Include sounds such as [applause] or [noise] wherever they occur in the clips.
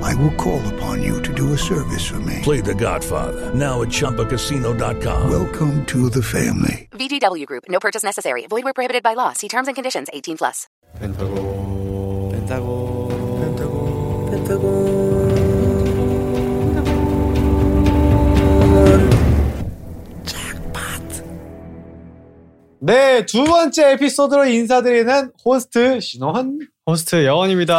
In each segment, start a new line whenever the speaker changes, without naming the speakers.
I will call upon you to do a service for me.
Play The Godfather now at ChumbaCasino.com.
Welcome to the family.
VGW Group. No purchase necessary. Void where prohibited by law. See terms and conditions. 18 plus.
펜타곤 펜타곤 펜타곤
네, 두 번째 에피소드로 인사드리는 호스트 신호한.
호스트 영원입니다.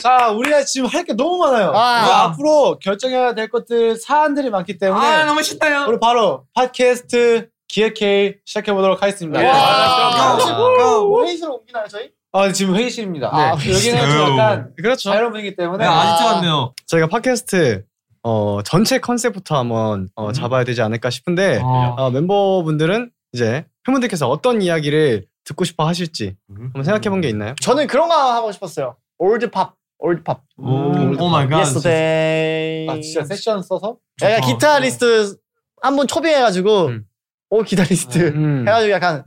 자, 우리가 지금 할 게 너무 많아요. 그리고 앞으로 결정해야 될 것들 사안들이 많기 때문에
아 너무 싫다요.
우리 바로 팟캐스트 기획회의 시작해 보도록
예,
하겠습니다.
와.
고! 아, 뭐 회의실로 옮기나요, 저희? 아, 지금 회의실입니다.
네.
여기는 좀 약간
그렇죠.
자유로운 분위기 때문에
네, 아직도 왔네요.
저희가 팟캐스트 어, 전체 컨셉부터 한번
음.
어, 잡아야 되지 않을까 싶은데
아.
어, 멤버분들은 이제 팬분들께서 어떤 이야기를 듣고 싶어 하실지 한번 생각해 본 게 있나요?
저는 그런 거 하고 싶었어요. 올드 팝, 올드 팝.
음.
오, 오 마이 갓.
Yesterday.
아, 진짜 세션 써서? 어.
약간 기타리스트 한 번 초빙해가지고
음.
오 기타리스트
음.
해가지고 약간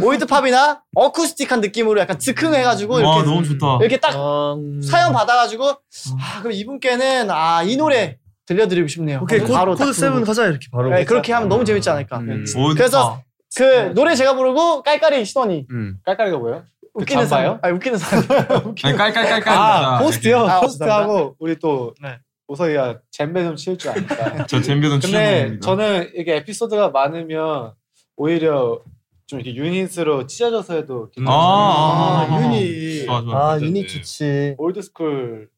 올드 팝이나 어쿠스틱한 느낌으로 약간
음.
즉흥해가지고
와
이렇게
너무 좋다.
이렇게 딱
어.
사연 받아가지고
음.
아 그럼 이분께는 아 이 노래 들려드리고 싶네요.
오케이
하고
코,
바로
그
코드
딱 부르고.
7 가자 이렇게 바로
네, 그렇게 하면 너무 재밌지 않을까.
네.
음.
오,
아.
그래서 그 노래 제가 부르고 깔깔이 시원이
음.
깔깔이가 뭐예요? 그
웃기는
잠바요?
사람. 아 웃기는 사람.
좋다. 아니, 네, 깔깔깔깔.
아, 호스트요?
아,
호스트하고 우리 또
네.
오서이가 잼배 좀 치울 줄 아니까.
저 잼비돈
근데
출연입니다.
저는 이게 에피소드가 많으면 오히려 좀 이렇게 유닛으로 찢어져서 해도 괜찮아요.
아,
아,
아,
유닛
좋아 좋아.
아 유닛 좋지
올드스쿨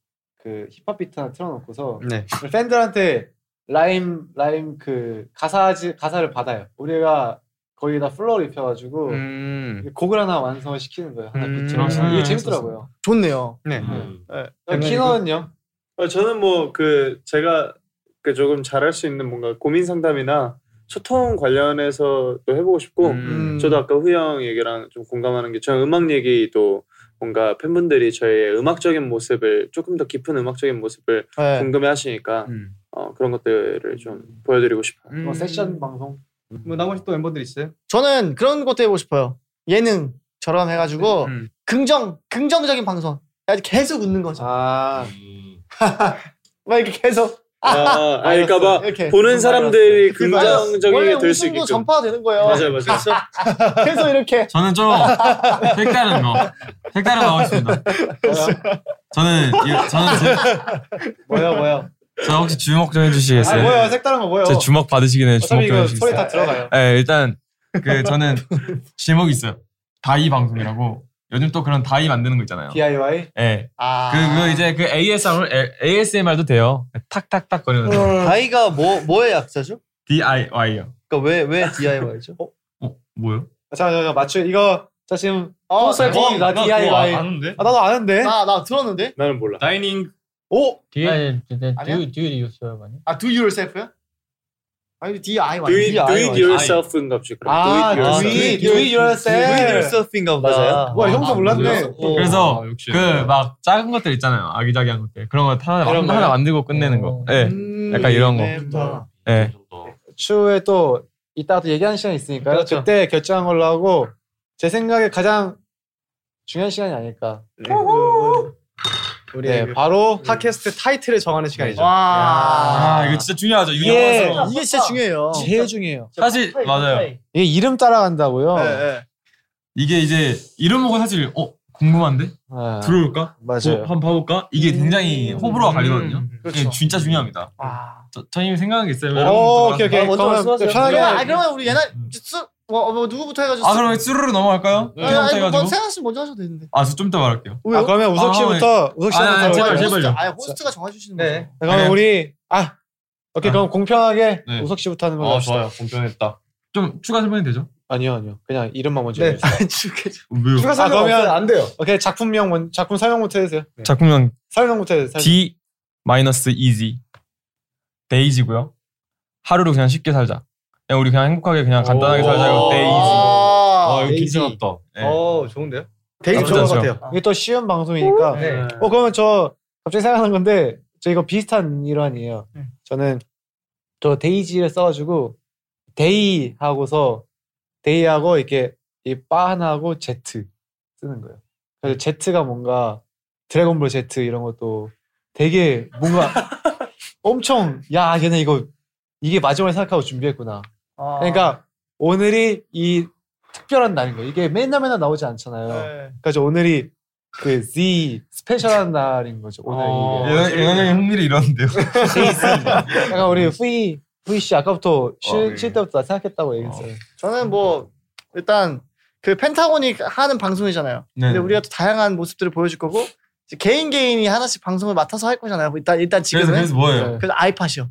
그 힙합 비트 하나 틀어놓고서
네.
팬들한테 라임 라임 그 가사지 가사를 받아요. 우리가 거기다 플로우를 입혀가지고
음.
곡을 하나 완성을 시키는 거예요. 하나
음.
비트를
아,
이게
재밌었어.
재밌더라고요.
좋네요.
네.
음.
어, 키너는요?
저는 뭐 그 제가 그 조금 잘할 수 있는 뭔가 고민 상담이나 소통 관련해서도 해보고 싶고
음.
저도 아까 후영 얘기랑 좀 공감하는 게 저는 음악 얘기도 뭔가 팬분들이 저의 음악적인 모습을 조금 더 깊은 음악적인 모습을
네.
궁금해하시니까
음.
어, 그런 것들을 좀 보여드리고 싶어요.
음.
뭐 세션 방송?
뭐 나머지 또 멤버들 있어요?
저는 그런 것도 해보고 싶어요. 예능처럼 해가지고
음.
긍정 긍정적인 방송. 아주 계속 웃는 거죠.
아
[laughs] 막 이렇게 계속
아, 아닐까봐
이렇게
보는 사람들이 그
아,
원래
긍정적이게 될 수
웃음도
있게끔. 네.
전파되는 거예요.
맞아요, 맞아요.
[laughs] 계속 이렇게
저는 좀 색다른 거, 색다른 거 하고 싶습니다. 저는 이- 저는 제,
뭐야 뭐야?
저 혹시 주먹 좀
아
해주시겠어요?
뭐야 색다른 거 뭐야?
네. 제 주먹 받으시긴 해요. 주먹
어차피
좀
이거 소리
해주시겠어요?
다 들어가요.
네, 일단 그 저는 제목이 있어요. 다이 방송이라고. 요즘 또 그런 다이 만드는 거 있잖아요.
DIY?
예.
아
그, 그 이제 그 ASMR, ASMR도 돼요. 탁탁탁 거리는 거.
다이가 뭐 뭐의 약자죠?
DIY요.
그러니까 왜 왜 DIY죠?
어, 뭐요?
자, 자, 자 맞추 이거 자 지금 호스의
네.
공이다
나
DIY.
그거 아- 아는데?
아 어, 나도 아는데.
나 나 들었는데.
나는 몰라.
다이닝
오,
DIY
아니야?
듀얼이 요소요 많이
아 do yourself요? 아니 DIY.
Do it, do it
DIY.
yourself인가 보지. 그럼.
아,
do it yourself.
do it, do it yourself.
do 네. it yourself인가 보다.
맞아요.
와 형사 몰랐네. 어.
그래서 그 막 작은 것들 있잖아요. 아기자기한 것들. 그런 거 하나,
그런 거요?
하나 만들고 끝내는 거. 예. 약간 이런 거.
네,
예.
추후에 또 이따가 또 얘기하는 시간이 있으니까 요
그렇죠.
그때 결정한 걸로 하고 제 생각에 가장 중요한 시간이 아닐까.
우리
네, 바로
팟캐스트 타이틀을 정하는 시간이죠.
와.
아, 이거 진짜 중요하죠. 유니버스
이게
러
이게 진짜 중요해요.
제일 중요해요.
사실 맞아요.
이게 이름 따라간다고요.
이게 이제 이름 보고 사실 어 궁금한데
아,
그
들어올까? 어,
맞아요.
한번 봐볼까? 이게 굉장히 호불호가
음,
갈리거든요.
그렇죠.
예, 진짜 중요합니다.
와.
저, 저님 생각한 게 있어요.
오, 오케이 오케이.
아, 먼저
그러면
말씀하세요.
편하게.
그러면, 아, 그러면 우리 옛날 수, 뭐, 뭐 누구부터 해가지고.
음, 아
수-
그럼 쭈르르 넘어갈까요?
네.
아니,
태양부터
아니, 뭐
해가지고.
생각 씨 먼저 하셔도 되는데.
아, 저 좀 이따 말할게요.
아, 그러면
아,
우석 씨부터 우석 씨부터.
아니, 아니, 제발,
해볼까요?
제발. 제발요.
아니, 호스트가 정해주시는
네.
거죠.
그럼
아니요.
우리 아 오케이
아.
그럼 공평하게
네.
우석 씨부터 하는 걸로 합시다.
공평했다
좀 추가 설명이 되죠?
아니요 아니요 그냥 이름만 먼저.
네.
얘기해주세요. [laughs]
[laughs]
왜요?
추가 설명
그러면-
없어요. 안 돼요.
오케이 작품명 먼 작품 설명부터 해주세요.
작품명
설명부터 해주세요. 설명.
D 마이너스 이지 데이지고요. 하루를 그냥 쉽게 살자. 그냥 우리 그냥 행복하게 그냥 간단하게
오.
살자고 데이즈.
아,
이거
데이지.
괜찮았다.
네.
어 좋은데요?
되게
나쁘지
좋은 것
않죠.
같아요.
이게 또 쉬운 방송이니까.
네.
어 그러면 저 갑자기 생각난 건데 저 이거 비슷한 일환이에요.
네.
저는 저 데이지를 써가지고 데이 하고서 데이하고 이렇게 이바 하나하고 제트 쓰는 거예요.
네.
그래서 제트가 뭔가 드래곤볼 제트 이런 것도 되게
[laughs]
뭔가 엄청 야 얘네 이거 이게 마지막을 생각하고 준비했구나.
아.
그러니까 오늘이 이 특별한 날인 거예요. 이게 맨날 맨날 나오지 않잖아요.
네.
그러니까 오늘이 그 Z 스페셜한 날인 거죠.
네,
오늘
어.
아,
이게.
예나 형의 흥미를 잃었는데요.
약간 우리 후이 후이 씨 아까부터 쉴,
어, 네.
쉴 때부터 나 생각했다고 얘기했어요.
저는 뭐 일단 그 펜타곤이 하는 방송이잖아요.
네.
근데 우리가 또 다양한 모습들을 보여줄 거고 이제 개인 개인이 하나씩 방송을 맡아서 할 거잖아요. 일단 일단
그래서
지금은
그래서 뭐예요?
네.
그래서 아이팟이요.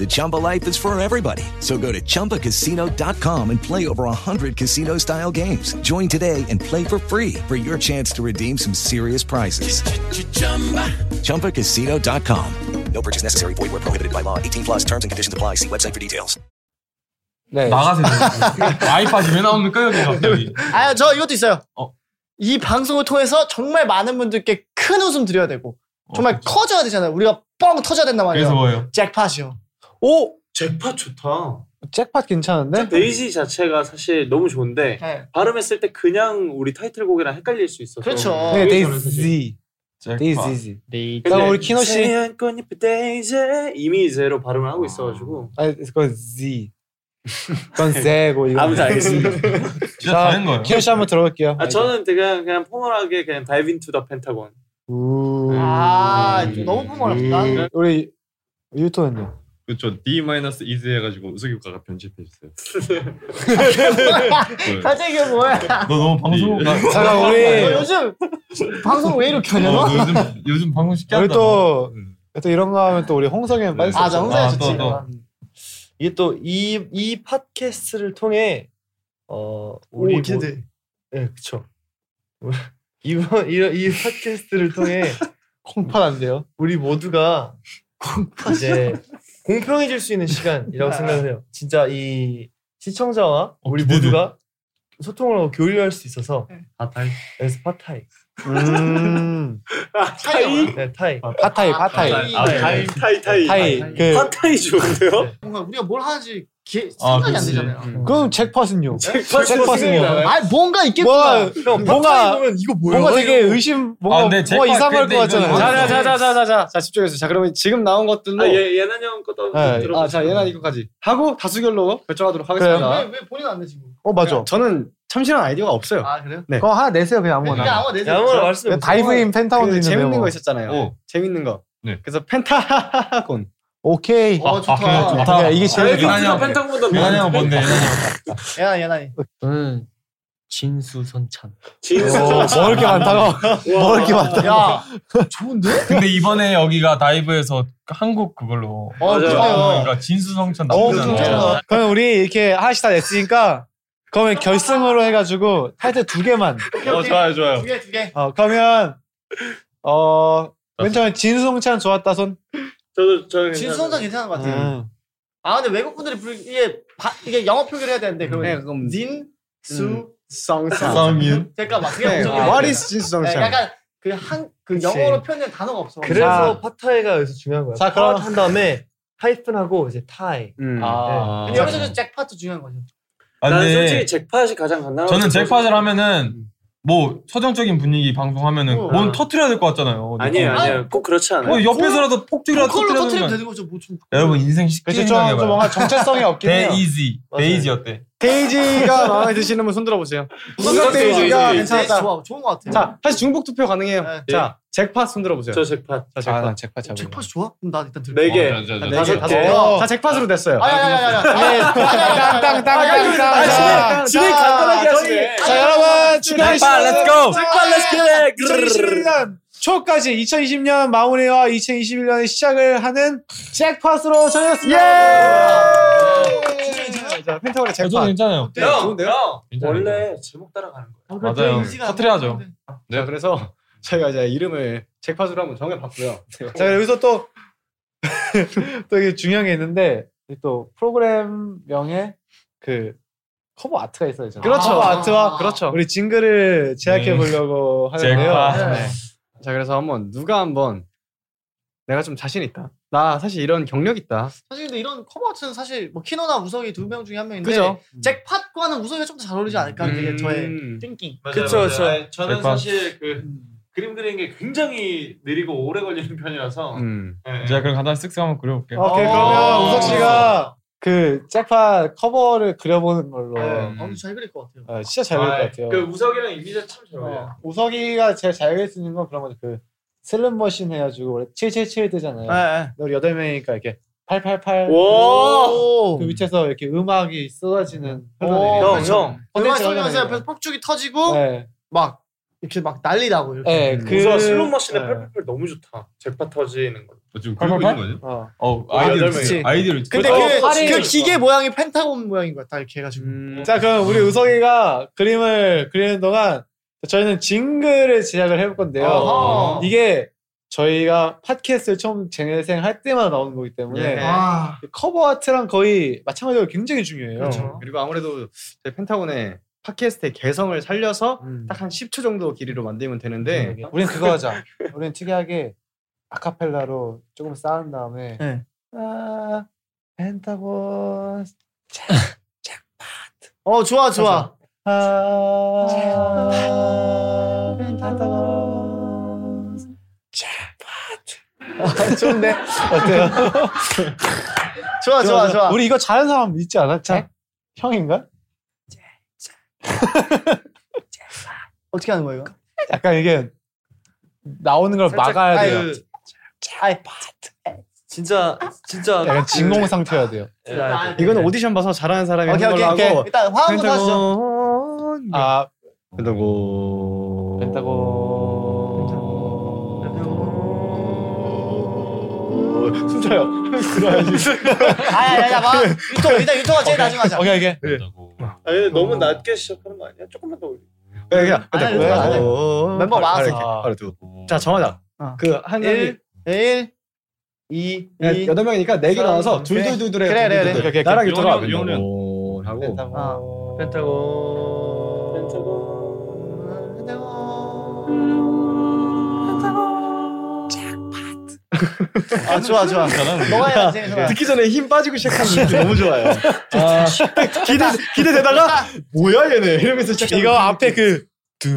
The Chumba life is for everybody. So go to ChumbaCasino.com and play over 100 casino-style games. Join today and play for free for your chance to redeem some serious prizes. ChumbaCasino.com. No purchase necessary. Void where prohibited by law. 18 plus terms and conditions apply. See website for details.
네.
나가세요. [laughs] 아이팟이 왜 나옵니까 여기 갑자기?
아 저 이것도 있어요.
어.
이 방송을 통해서 정말 많은 분들께 큰 웃음 드려야 되고 정말
어,
커져야 되잖아요. 우리가 뻥 터져야 된단 말이에요.
그래서 뭐예요?
잭팟이요.
오
잭팟 좋다.
잭팟 괜찮은데?
데이지 자체가 사실 너무 좋은데 발음했을 때 그냥 우리 타이틀곡이랑 헷갈릴 수 있어서.
그렇죠.
네,
아,
그게
데이지.
잭팟.
데이지.
근데
그럼 우리 키노 씨-
새한 꽃잎 데이지 이미 제로 발음을 하고 있어가지고.
아, 그건 Z. 그건 Z고 이거.
아무튼 알겠습니다.
진짜 다른 거예요.
[laughs] 키노 씨 한번 들어볼게요.
아 저는 그냥 그냥 포멀하게 그냥 다이브 인투 더 펜타곤.
우.
아
음.
너무 뻔뻔했다.
우리 유토는요.
그쵸 D 마이너스 이즈 해가지고 우석이가가 편집해 주세요.
갑자기 이게 뭐야?
너 너무 방송가.
잠깐
너
우리
요즘 방송 왜 이렇게 하냐?
어,
너?
너 요즘 요즘 방송 쉽게
우리
한다.
또, 또 이런 거 하면 또 우리 홍성현
네.
빠질 수
아, 저
없잖아.
홍사야
아, 또,
좋지.
또.
이게 또 이 이 팟캐스트를 통해 어 우리 모-
기대.
예, 그쵸. [laughs] 이번 이런 이 팟캐스트를 통해
콩팥한데요.
우리 모두가 이제 공평해질 수 있는 시간이라고 생각을 해요. 진짜 이 시청자와 우리
기대돼.
모두가 소통을 하고 교류할 수 있어서 파타이. 그래서 파타이.
음.
차이.
네, 타이.
파타이, 파타이.
아, 네.
타이. 네.
타이 타이.
타이. 그
팟타이 좋은데요?
뭔가 우리가 뭘 하는지 기-
아,
생각이 안
그치.
되잖아요.
그럼 잭팟은요?
잭팟은요?
아 뭔가
뭐
있겠구나.
뭔가
이거
뭔가 되게 의심 뭔가
아, 근데 잭팟
뭔가 이상할 것
근데 이건
같잖아요.
자자, 자자,
자자자자자자 자 집중해서 자 그러면 지금 나온 것들로
아 예, 예난 형 것도 한번 들어보세요.
아자 얘는 이거까지 하고 다수결로 결정하도록 하겠습니다. 네,
왜, 왜 본인 안 내지?
어 맞아.
저는 참신한 아이디어가 없어요.
아 그래요?
네.
그거 하나 내세요 그냥
그냥
아무거나.
아무 내세요.
양호를 말씀.
다이브인 펜타곤
그
있는데
재밌는
뭐.
거 있었잖아요.
어.
재밌는 거.
네.
그래서 펜타곤.
오케이.
어
아, 그래,
좋다.
좋다.
야, 이게 제일
다이브
예난
인투
형.
펜타곤보다
예난 형 뭔데? 예난 형.
예나 예나이.
저는 진수선찬.
진짜
먹을 게 어, 뭐
아,
많다고. 먹을 게 많다.
야
근데 이번에 여기가 다이브에서 한국 그걸로
어,
맞아요.
좋아요.
그러니까 진수성찬
어,
나쁘잖아.
그럼 우리 이렇게 하나씩 다 냈으니까 그러면 결승으로 해가지고 타이틀 두 개만.
어 좋아요 좋아요.
두 개 두 개.
어 그러면 어맨 처음에 진수홍찬 좋았다 손.
저도 저
진수선자 괜찮은 것 같아요.
음.
아 근데 외국 분들이 부르 이게 바, 이게 영어 표기를 해야 되는데
네.
그러면
음.
그럼
진수
성상.
쌍윤.
잠깐만 음. 그러니까 그게
네.
아,
엄청
What is 진수성찬?
약간 그 한 그
그치.
영어로 표현된 단어가 아. 없어.
그래서 파타이가 여기서 중요한 거야.
자,
자
그럼-
그럼 한 다음에 하이픈하고 이제 타이.
음.
네.
아.
근데 여기서 잭팟도 중요한 거죠.
아,
난
근데
솔직히 잭팟이 가장 간단하고
저는 잭팟을 하면은 뭐 서정적인 분위기 방송하면은
어.
뭔 터트려야 될 것 같잖아요.
아니에요, 아니에요. 꼭 그렇지 않아요.
어, 옆에서라도 폭죽이라도
컬러
터뜨려야 되는
터트리면 되는
거
거죠. 뭐 좀.
아니야? 여러분 인생 쉽게
그렇죠. 좀-
생각해봐요.
좀 뭔가 정체성이 없긴 해요.
데이지, 데이지 어때?
데이지가 마음에 드시는 분 손들어 보세요.
무조건
데이지가
데이지. 데이지
괜찮다.
좋아, 좋은 것 같아.
자, 다시 중복 투표 가능해요.
음. 네.
자, 잭팟 손들어 보세요.
저 잭팟.
자,
아,
잭팟.
난 잭팟 잡을래.
잭팟이 좋아? 그럼 나 일단 들고.
네 개,
어, 저, 저, 저,
다섯
저,
개.
어.
자, 잭팟으로 됐어요.
아야야야야. 땅땅땅땅땅.
땅땅땅땅땅.
진행 간단하게 하시네.
자 여러분 축하해
잭팟, 렛츠 고!
잭팟, 렛츠 고!
2021년 초까지 2020년 마무리와 2021년의 시작을 하는 잭팟으로 정했습니다. 자 펜타곤의
저, 저도
잭팟.
괜찮아요.
형, 형.
괜찮아요.
원래 제목 따라가는 거예요.
그
맞아요. 터트려야죠.
자, 그래서 저희가 이제 이름을 잭팟으로 한번 정해봤고요.
자 여기서 또 [laughs] 또 [laughs] 이게 중요한 게 있는데 이또 프로그램명에 그 커버 아트가 있어야 되잖아요.
그렇죠.
커버 아트와
아.
그렇죠.
우리 징글을 제작해
네.
보려고 하는데요.
잭팟.
네.
자, 그래서 한번 누가 한번 내가 좀 자신 있다. 나 사실 이런 경력 있다.
사실 근데 이런 커버트는 사실 뭐 키노나 우석이 두 명 중에 한 명인데
그죠?
잭팟과는 우석이가 좀 더 잘 어울리지 않을까 하는 게
음.
저의 띵킹.
그쵸, 그쵸. 아니, 저는
잭팟.
사실 그 그림 그리는 게 굉장히 느리고 오래 걸리는 편이라서.
음.
예, 예.
제가 그럼 간단히 쓱쓱 한번 그려볼게요. 어.
오케이
아.
그러면 우석 씨가 그 잭팟 커버를 그려보는 걸로
네. 어, 잘 그릴 것 같아요.
어, 진짜 잘 그릴 것
아이,
음. 같아요.
그 우석이랑 이미자 참 잘 어울려요.
어, 우석이가 제일 잘 그릴 수 있는 건 그런 거죠. 그 슬럼머신 해가지고 원래 777 뜨잖아요.
네.
우리 여덟 명이니까 이렇게 888.
오!
그 밑에서 이렇게 음악이 쏟아지는.
형,
어,
흘러내리는
형.
음악
컨텐츠
설명에서
하나네요.
옆에서 폭죽이 터지고
네.
막 이렇게 막 난리 나고 이렇게.
네, 그
우석 슬롯머신의
네.
팔팔팔 너무 좋다. 잭팟 터지는 거.
어, 지금
팔팔팔?
거예요?
어.
어,
여덟
아이디어를
명이.
주세요. 아이디어를 주세요.
근데
어,
그,
팔이
그
있어.
기계 모양이 펜타곤 모양인 거야. 다 이렇게 해가지고.
음. 자, 그럼 우리 우석이가 네, 그림을 그리는 동안 저희는 징글을 제작을 해볼 건데요.
어허.
이게 저희가 팟캐스트를 처음 재생할 때마다 나오는 거기 때문에 그
예.
아,
커버 아트랑 거의 마찬가지로 굉장히 중요해요.
그렇죠.
그리고 아무래도 저희 펜타곤의 팟캐스트의 개성을 살려서
음.
딱 한 10초 정도 길이로 만들면 되는데
네.
음.
우린 그거 하자. 우린 특이하게 아카펠라로 조금 쌓은 다음에
네.
아 펜타곤
어 좋아 좋아.
아 펜타곤 잭팟 아, 좋은데 어때요?
[laughs] 좋아 좋아 네? 좋아.
우리 이거 잘하는 사람 있지 않아? 잭? 형인가?
[laughs] 어떻게 하는 거예요? 이거?
약간 이게 나오는 걸 막아야
아이,
돼요.
그- 아이,
진짜 진짜
약간 진공 상태여야 돼요.
아,
이거는 오디션 봐서 잘하는 사람이
오케이
하는
오케이
걸로
오케이.
하고
일단 화음부터 하시죠.
펜타곤
아
펜타곤
어,
펜타곤 숨차요
아야야야 봐. 유토 일단 유토가 제일 나중에 하자.
오케이 오케이
아니, 너무 낮게 시작하는 거 아니야? 조금만 더 올려.
네, 그냥 네.
안 해도
돼요, 안
멤버 많아서. 네.
바로 두자 정하자
어.
그한
일, 1 2 2
여덟 명이니까 네 개
삼,
나와서
그래.
둘둘둘둘해
그래, 그래,
그래. 오케이, 오케이,
나랑
오케이.
유토가
용량, 용량.
하고
네. 아.
펜타곤
어.
펜타곤.
아 좋아 좋아. 너가 해야 지
듣기 전에 힘 빠지고 시작하는 게 너무 좋아요 아, [laughs] 기대 기대되다가 뭐야 얘네 이러면서 시작하는
이거 앞에 그 두,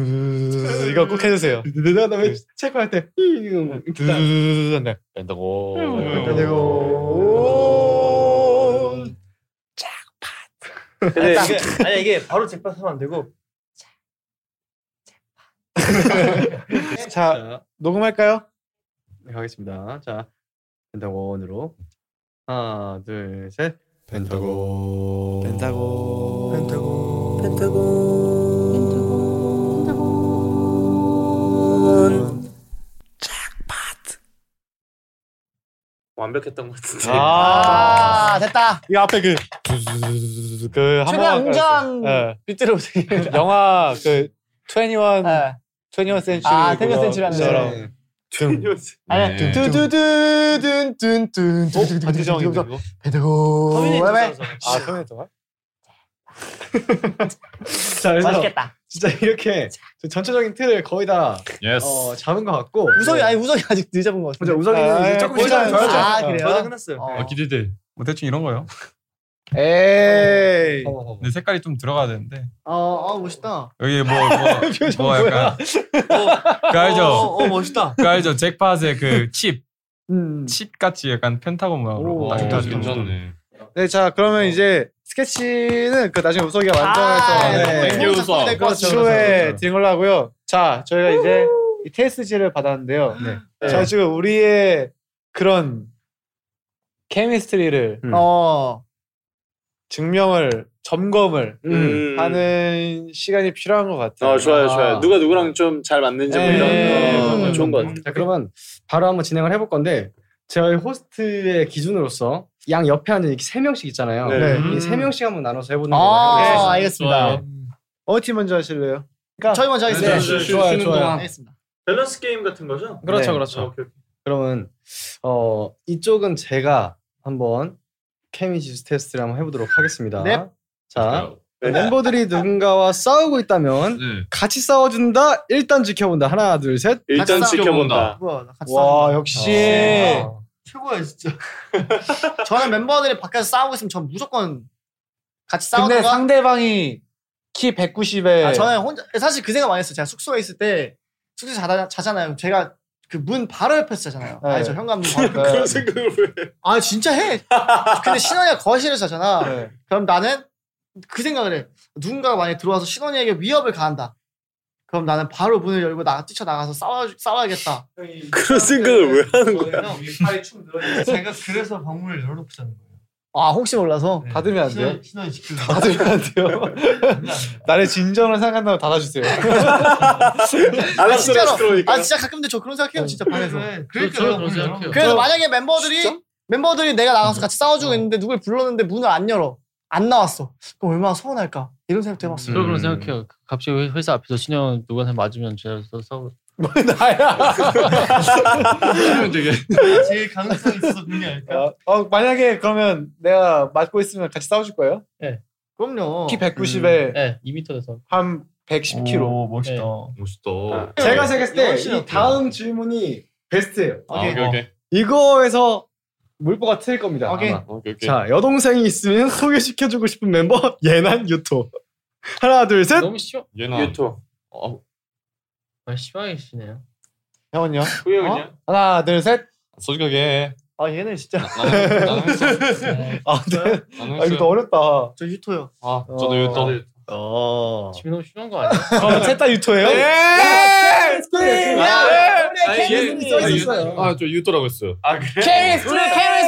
이거 꼭 해주세요.
내가 다음에 체크할 때 이거
두, 네.
음.
펜타곤.
펜타곤.
근데 이게, 아니 이게 바로 잭팟 하면 안 되고
자,
자
녹음할까요?
네, 가겠습니다 자 펜타곤으로 하나 둘셋 펜타곤
펜타곤.
완벽했던 것 같은데.
아,
아 됐다.
이 앞에 그, 두, 그, 한
최대한
번.
웅장한
빗대로 영화 그, 21,
네.
21 센츄리.
아, 21 century 하는
거.
네.
[laughs]
아니
네.
뚜두두둔둔둔.
반지정인데 이거?
배드고.
아, 그러면 또 봐.
자 그래서
맛있겠다.
진짜 [laughs] 이렇게 전체적인 틀을 거의 다
예스.
어, 잡은 것 같고
우석이 아니 우석이 아직 늦잡은 것 같은데.
우석이는
아,
이제
예,
조금
거의 다
시간을
잡았죠.
줘야죠.
아
어.
그래요?
저도 끝났어요.
어.
기대돼. 뭐 대충 이런 거요. 에이.
어,
근데 색깔이 좀 들어가야 되는데
아, 아 멋있다.
여기 뭐뭐
표정
뭐 약간 그 알죠?
어, 어, 어, 멋있다.
그 알죠? 잭팟의 그칩칩 음. 같이 약간 펜타곤 모양으로
어,
딱 해가지고.
네, 자 그러면 이제 스케치는 그 나중에 우석이가
아,
완성해서
네.
네.
땡큐, 우석.
그
그렇죠,
추후에
그렇죠.
드린 걸로 하고요. 자 저희가 이제 이 TSG를 받았는데요. 네. 자 지금 우리의 그런 케미스트리를 어, 증명을 점검을
음.
하는 시간이 필요한 것 같아요.
어 좋아요 좋아요.
아. 네.
누가 누구랑 좀 잘 맞는지 뭐 이런 거 좋은 것 같아요.
자, 그러면 바로 한번 진행을 해볼 건데 저희 호스트의 기준으로서 양 옆에 앉은 이렇게 세 명씩 있잖아요.
네.
이 세 명씩 한번 나눠서 해보는
아,
거예요.
네, 알겠습니다. 좋아요.
어느 팀 먼저 하실래요?
저희 먼저 하겠습니다.
네, 좋아요, 좋아요.
알겠습니다.
밸런스 게임 같은 거죠?
그렇죠,
네.
그렇죠.
아, 오케이, 오케이.
그러면 어, 이쪽은 제가 한번 케미지수 테스트를 한번 해보도록 하겠습니다.
네.
아?
자
네,
멤버들이 누군가와 싸우고 있다면 [laughs]
네.
같이 싸워준다. 일단 지켜본다. 하나, 둘, 셋.
일단 같이 지켜본다.
뭐야, 나 같이
와
아, 싸운다.
역시.
어, 최고야 진짜. [laughs] 저는 멤버들이 밖에서 싸우고 있으면 전 무조건 같이 싸우는
근데
거.
상대방이 키 190에
아, 저는 혼자 사실 그 생각 많이 했어요. 제가 숙소에 있을 때 숙소 자다 자잖아요. 제가 그 문 바로 옆에서 자잖아요.
네.
아니
[laughs]
저 현관문 바로 옆에.
그런
생각을 왜?
아 진짜 해. 근데 신원이가 거실에서 자잖아.
네.
그럼 나는 그 생각을 해. 누군가가 만약 들어와서 신원이에게 위협을 가한다. 그럼 나는 바로 문을 열고 나 뛰쳐 나가서 싸워 싸워야겠다.
그런 생각을 왜 하는 거야?
제가 그래서 방문을 열어놓고 자는 거예요. 네.
아 혹시 몰라서
닫으면 안 돼요?
신원- 신원이 지키려
닫으면 안 돼요. [laughs] 나를 진정을 생각한다고 닫아주세요.
아,
알았어요.
진짜로. 아 진짜 가끔데 저 그런 생각해요 진짜 방에서.
어, 그러니까 저도 그런 생각해요.
그래서
저-
만약에 멤버들이 멤버들이 내가
어.
나가서 같이 싸워주고 있는데 누굴 불렀는데 문을 안 열어 안 나왔어. 그럼 얼마나 서운할까 이런 생각도 해봤어요.
저도 그런 생각해요. 갑자기 회- 회사 앞에서 신영 누구한테 맞으면 제가 또 싸우.
그러면 되게 제일 가능성이 있어서 그런 게 아닐까?
어, 어, 만약에 그러면 내가 맞고 있으면 같이 싸워줄 거예요? 음.
네.
그럼요.
키 190에
네, 2m 돼서. 네.
한 110kg.
오,
멋있다.
멋있다.
제가 생각했을 때 이
영신이
다음 질문이 베스트예요.
아, 오케이, 오케이, 오케이.
이거에서 물보가 틀릴 겁니다.
오케이.
아마.
오케이, 오케이.
자, 여동생이 있으면 소개시켜주고 싶은 멤버 예난 유토. 하나 둘 셋.
너무 쉬워.
예나.
유토.
어.
아, 시방이시네요.
형은요?
후영은요?
하나 둘 셋.
솔직하게.
아 얘는 진짜.
나는 했어.
아, 네.
나는
아 이거
했어요.
또 어렵다.
저 유토요.
아, 저도 유토.
어.
지금 너무 쉬운 거 아니야?
그럼 셋다 유토예요?
예!
예!
네. 아, 예.
예! 예! 써 있었어요. 네.
아, 저 유토라고 했어요. 아, 그래?
네.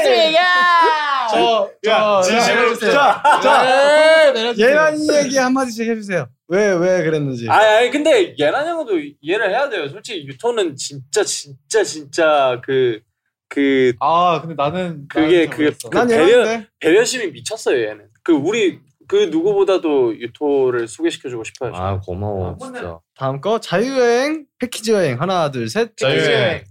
네. 야.
야,
진심으로
야,
주세요.
자,
네,
자,
내려주세요.
예란이 얘기 한마디씩 해주세요. 왜 왜 그랬는지.
아니, 아니 근데 예란 형도 이해를 해야 돼요. 솔직히 유토는 진짜 진짜 진짜 그 그
아 근데 나는
그게 그게 그
난
배려
예란인데.
배려심이 미쳤어요 얘는. 그 우리 그 누구보다도 유토를 소개시켜주고 싶어요.
아 고마워
진짜.
다음 거 자유여행 패키지 여행 하나 둘 셋.
자유여행.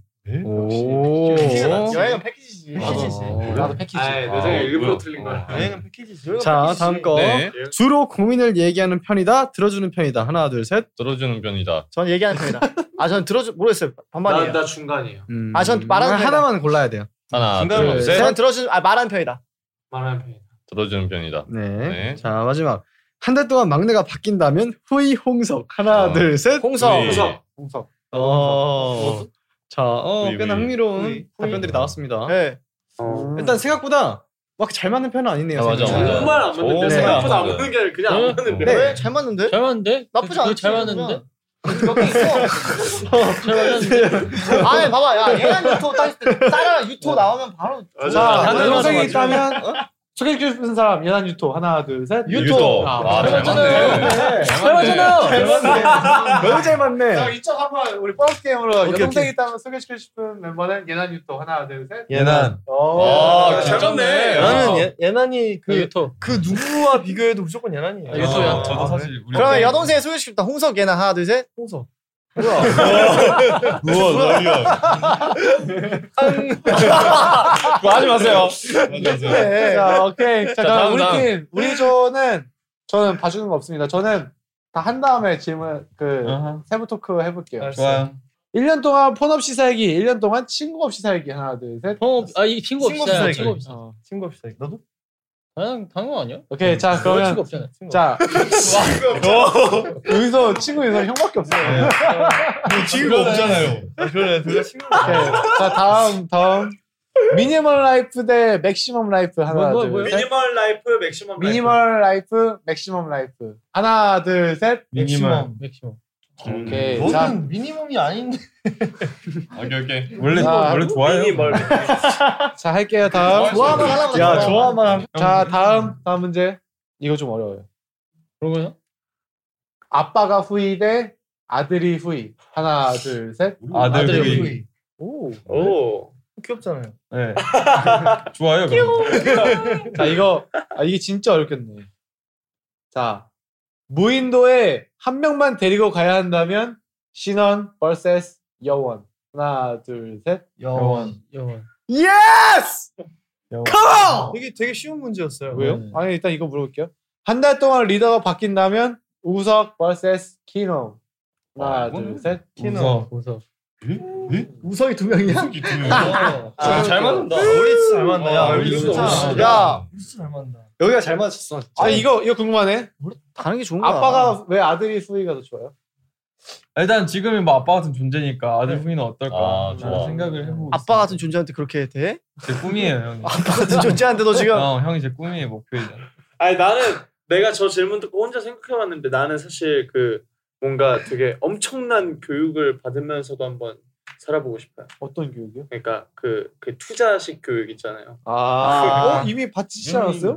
오.
어?
어?
여행은
아,
패키지지. 패키지지. 아, 나도 패키지.
내 생각에 일부러 틀린 거야.
여행은 패키지지. 여행은
자
패키지지.
다음 거
네.
주로 고민을 얘기하는 편이다 들어주는 편이다 하나 둘 셋.
들어주는 편이다.
전 얘기하는 편이다. 아, 전 들어주 모르겠어요. 반반이에요.
나나 중간이에요.
아, 전 말하는 편이다.
음. 하나만 골라야 돼요.
하나,
네.
중간으로
둘,
없어요?
셋.
전 들어주 아 말하는 편이다.
말하는 편이다.
들어주는 편이다.
네. 자 마지막 한 달 동안 막내가 바뀐다면 후이 홍석 하나
아.
어.
둘 셋.
홍석. 후이. 홍석.
홍석.
어. 자, 어,
후이,
꽤나
후이.
흥미로운
후이.
답변들이 나왔습니다.
네.
일단 생각보다 막 잘 맞는 편은 아니네요.
아, 맞아,
생각보다.
맞아. 정말 안 맞는데,
네.
생각보다 안 맞는
게 아니라 그냥 안 맞는데.
네.
왜? 잘 맞는데?
잘 맞는데?
나쁘지 어.
그거
않지.
잘 맞는데?
아니 네, 봐봐, 야 얘랑 유토 딱 따라
어.
유토 나오면 바로.
자,
맞아, 맞아,
여동생이
맞아.
있다면 어? 소개해주고 싶은 사람 연한 유토 하나 둘 셋.
유토. 아, 잘
맞네. 잘 맞잖아요.
잘 맞네. 너무 잘 맞네.
자, 이쪽 한번 우리 버스 게임으로
오케이,
여동생이
오케이.
있다면 소개시키고 싶은 멤버는 예난 유토 하나 둘 셋.
예난.
아,
아,
오. 어.
괜찮네. 어, 나는 예, 예난이 그, 그 누구와 비교해도 무조건 예난이에요.
아, 유토야.
아,
저도 사실 우리
네.
네.
그러면 여동생 소개시킵니다. 홍석 얘나 하나 둘 셋.
홍석.
우와, 너희야.
하지 마세요.
네. 자, 오케이. 자,
자,
그럼
다음,
우리
다음.
팀, 우리 조는 저는 봐주는 거 없습니다. 저는 다 한 다음에 질문, 그,
어?
세부 토크 해볼게요.
좋아요.
1년 동안 폰 없이 살기, 1년 동안 친구 없이 살기. 하나, 둘, 셋.
폰, 아, 이 친구 없이 살기. 친구 없이
[laughs]
어, 친구 없이 살기. 너도?
당연 당연 아니야?
오케이, 자,
그럴
그러면-
음. 친구 없잖아. 친구.
자,
어,
와,
여기서 친구 인사 형밖에
네.
네.
없어요.
친구가 없잖아요.
그래, 둘다 친구. 자, 다음, 다음. 미니멀 라이프 대 맥시멈 라이프 하나, 둘, 셋.
미니멀 라이프, 맥시멈 라이프.
미니멀 라이프, 맥시멈 라이프. 하나, 둘, 셋.
맥시멈.
맥시멈.
맥시멈.
오케이.
음,
너는
자,
미니멈이 아닌데.
오케이 오케이.
원래- 원래 좋아해요.
미니멀.
자 할게요 다음.
좋아하면 하려고
야
하잖아.
좋아만 하면. 자 다음 다음 문제. 이거 좀 어려워요.
그런 거요?
아빠가 후이 대 아들이 후이. 하나 둘 셋.
아들 아들 후이. 후이.
오.
오.
귀엽잖아요.
[laughs]
네.
좋아요.
자 이거 아 이게 진짜 어렵겠네. 자 무인도에 한 명만 데리고 가야 한다면 신원 vs 여원. 하나 둘 셋.
여원.
여원.
예스! 컴온!
이게 되게 쉬운 문제였어요.
왜요? 아니 일단 이거 물어볼게요. 한 달 동안 리더가 바뀐다면 우석 vs 키노. 하나 둘 셋.
우석. 우석.
우석이 두 명이야? [laughs]
아, 잘 맞는다. 우리 진짜 잘 맞나? 야,
아,
우리
우리
진짜.
진짜.
야,
야.
우리 진짜 잘 맞는다.
여기가 잘 맞았어. 아 이거 이거 궁금하네.
다른 게 좋은
아빠가 왜 아들이 후이가 더 좋아요?
일단 지금이 뭐 아빠 같은 존재니까 아들 후이는 어떨까
아,
라는
좋아.
생각을 해보고
아빠 같은 존재한테 그렇게 돼?
제 꿈이에요 형이
아빠 같은 존재한테 너 지금
어, 형이 제 꿈이에요 목표이잖아
아니 나는 내가 저 질문 듣고 혼자 생각해봤는데 나는 사실 그 뭔가 되게 엄청난 교육을 받으면서도 한번 살아보고 싶어요.
어떤 교육이요?
그러니까 그, 그 투자식 교육 있잖아요.
어, 이미 받지
형이-
음,
않았어요?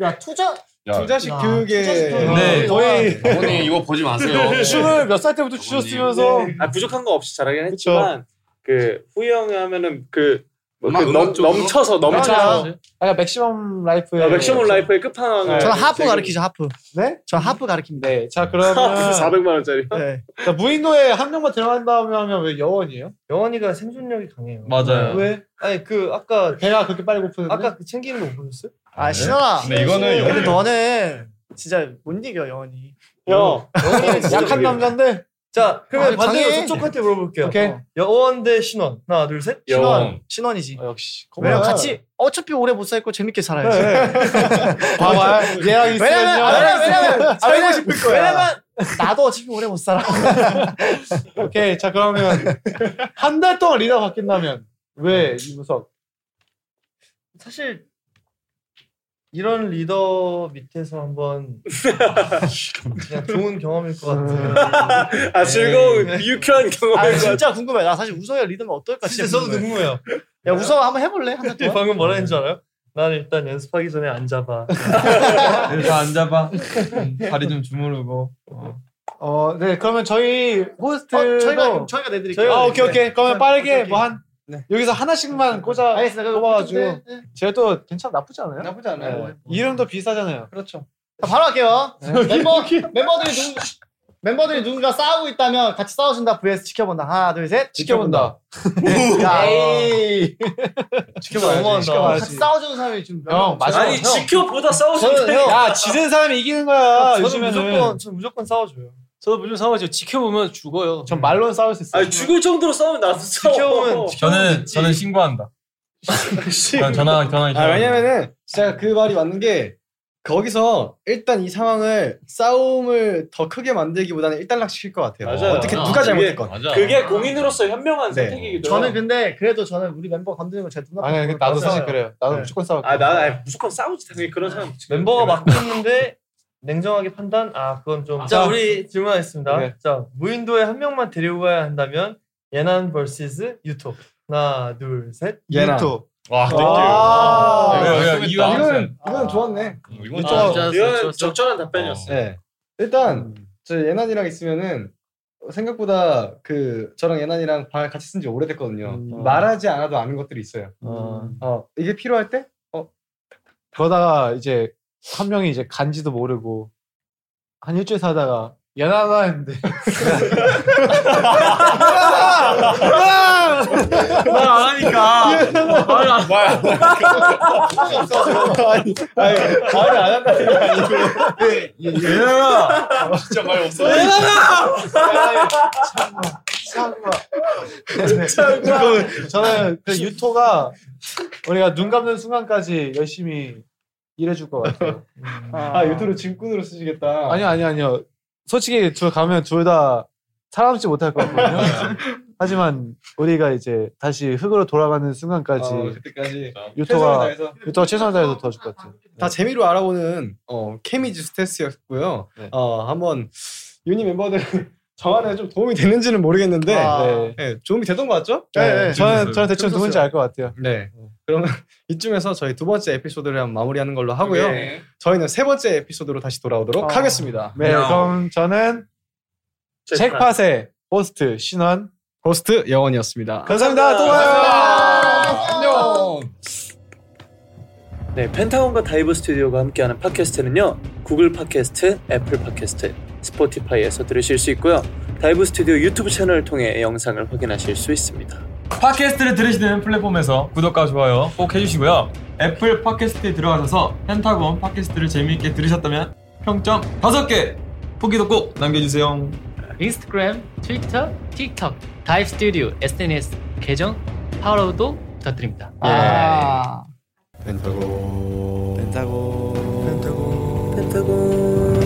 야 투자
야.
투자식
야,
교육에
투자식 교육. 네.
거의
어머니, 이거 보지
네.
마세요.
춤을 몇 살 때부터 추셨으면서
네.
아, 부족한 거 없이 잘하긴 했지만 그 후이 형이 하면은 그, 뭐
음악,
그 넘,
음악 쪽으로?
넘쳐서 넘쳐서
아까 맥시멈 라이프의
아, 맥시멈 라이프의 끝판왕을
저는 하프
지금-
가르키죠,
하프.
네?
저 하프 가르킵니다.
네. 자 그러면
[laughs]
[laughs]
하프 400만 원짜리.
네.
자, 무인도에 한 명만 들어간다면 하면 왜 여원이에요?
영원이가 생존력이 강해요.
맞아요.
왜? 아니 그 아까
배가 그렇게 빨리 고프는데
아까 그 챙기는 거 보셨어요?
아, 네?
아 신원아.
근데 이거는
근데
영원이-
너는 진짜 못 이겨 영원이.
형. [laughs]
영원이는 네, 진짜
약한
못 이겨.
남잔데
자 그러면
아,
반대로
강해.
저쪽한테 물어볼게요.
오케이.
어. 여원 대 신원 하나 둘 셋.
여원.
신원이지.
역시.
왜냐면
그래.
같이 어차피 오래 못 살고 재밌게 살아야지.
네,
[laughs] 아,
봐봐 얘랑 있으면요
왜냐면 아, 왜냐면 왜냐면
살고
왜냐면-
싶을 거야.
왜냐면 나도 어차피 오래 못 살아.
[laughs] 오케이 자 그러면 한 달 동안 리더 바뀐다면 왜 이무석
사실 이런 리더 밑에서 한번 그냥 좋은 경험일 것
음.
같아요.
아 즐거운 유쾌한 경험일
아
것 같아.
진짜 궁금해. 나 사실 우성의 리더면 어떨까 진짜,
진짜 저도
궁금해요. 야 우성 한번 해볼래? 한달 동안. [laughs] 방금 뭐라 했는지 알아요? 난 일단 연습하기 전에 앉아봐.
다 앉아봐 음, 다리 좀 주무르고 어.
어 네 그러면 저희 호스트
어, 저희가 그럼 저희가 내드릴게요.
아 오케이 오케이 그러면
네.
빠르게
오케이, 네.
뭐 한 여기서 하나씩만 꽂아
알겠습니다. 그럼
뽑아가지고
좀 네,
제가 또 괜찮 나쁘지 않아요? 네.
나쁘지 않아요. 네.
이름도 비싸잖아요.
그렇죠. 네.
자, 바로 할게요.
[laughs]
[laughs]
멤버 멤버들이 누군 멤버들이 누군가 싸우고 있다면 같이 싸워준다 vs 지켜본다. 하나 둘 셋.
지켜본다.
야,
지켜봐야지,
너무한다.
아,
같이
지켜봐야지.
싸워주는 사람이 지금 몇
형,
명 없어요?
마지막 아니, 형.
지켜보다
저는 형.
야 지는 사람이 이기는 거야.
저는
요즘에는.
무조건 저는 무조건 싸워줘요.
저도 무슨 상황이죠. 지켜보면 죽어요.
전 말로는 싸울 수 있어.
아니 죽을 정도로 싸우면
아,
나도 싸워.
지켜보면
저는 저는 신고한다 저는 전화 전화
아, 왜냐면은 진짜 그 말이 맞는 게 거기서 일단 이 상황을 싸움을 더 크게 만들기보다는 일단락 시킬 것 같아요.
맞아요.
어떻게 누가 잘못했건.
맞아.
그게 공인으로서 현명한
네.
선택이기도 해요.
저는 근데 그래도 저는 우리 멤버 건드리는 거 제가 눈앞에
아니
보여요.
나도 사실
맞아요.
그래요. 나도
네.
무조건 싸울 거야.
아, 나 아니, 무조건 싸우지 당연히 그런
아,
사람. 네.
멤버가 맡고 있는데 냉정하게 판단? 아 그건 좀. 자 우리 질문하겠습니다.
네.
자 무인도에 한 명만 데리고 가야 한다면 예난 vs 유토. 하나 둘 셋.
예난.
유토.
와,
아,
땡큐. 야, 야,
이건-
이거
이건 이건
아,
좋았네.
이건
이거-
다
네. 이건 적절한 답변이었어.
네. 일단
음.
저 예난이랑 있으면은 생각보다 그 저랑 예난이랑 방 같이 쓴 지 오래됐거든요. 말하지 않아도 아는 것들이 있어요.
음. 어.
어, 이게 필요할 때? 어,
그러다가 이제 한 명이 이제 간지도 모르고 한 일주일 사다가
[laughs]
연하가 했는데
아!
말안 하니까.
아니 아니 말을 안 한다
예나나 진짜 말 없어.
저는 저는 그 유토가 우리가 눈 감는 순간까지 열심히
일해줄 것 같아요.
아, 유튜브 짐꾼으로 쓰시겠다.
아니요, 아니요, 아니요. 솔직히 둘 가면 둘 다 살아남지 못할 것 [laughs] 같거든요. 하지만 우리가 이제 다시 흙으로 돌아가는 순간까지
어, 그때까지
유토가
최선을 다해서.
유토가 최선을 다해서 도와줄 것 같아요.
다 재미로 알아보는 어, 케미지 스테스였고요. 어, 한번 유니 멤버들 [laughs] 정하는 데좀 도움이 됐는지는 모르겠는데
아.
네. 네, 도움이 됐던 것 같죠?
네, 네. 저는- 저는 대충 누군지 알 것 같아요.
네. 그러면 [laughs] 이쯤에서 저희 두 번째 에피소드를 한번 마무리하는 걸로
네.
하고요.
오케이.
저희는 세 번째 에피소드로 다시 돌아오도록
아.
하겠습니다.
네, 그럼 저는 네. 잭팟의 호스트 신원
호스트 영원이었습니다.
감사합니다. 또 봐요.
안녕.
네, 펜타곤과 다이브 스튜디오가 함께하는 팟캐스트는요. 구글 팟캐스트, 애플 팟캐스트, 스포티파이에서 들으실 수 있고요. 다이브 스튜디오 유튜브 채널을 통해 영상을 확인하실 수 있습니다.
팟캐스트를 들으시는 플랫폼에서 구독과 좋아요 꼭 해주시고요. 애플 팟캐스트에 들어가셔서 펜타곤 팟캐스트를 재미있게 들으셨다면 평점 5개 후기도 꼭 남겨주세요.
인스타그램, 트위터, 틱톡, 다이브 스튜디오 SNS 계정 팔로우도 부탁드립니다.
아.
펜타곤.
펜타곤. 펜타곤.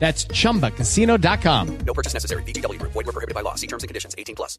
That's chumbacasino.com.
No purchase necessary. BGW. Void were prohibited by law. See terms and conditions. 18 plus.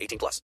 18 plus.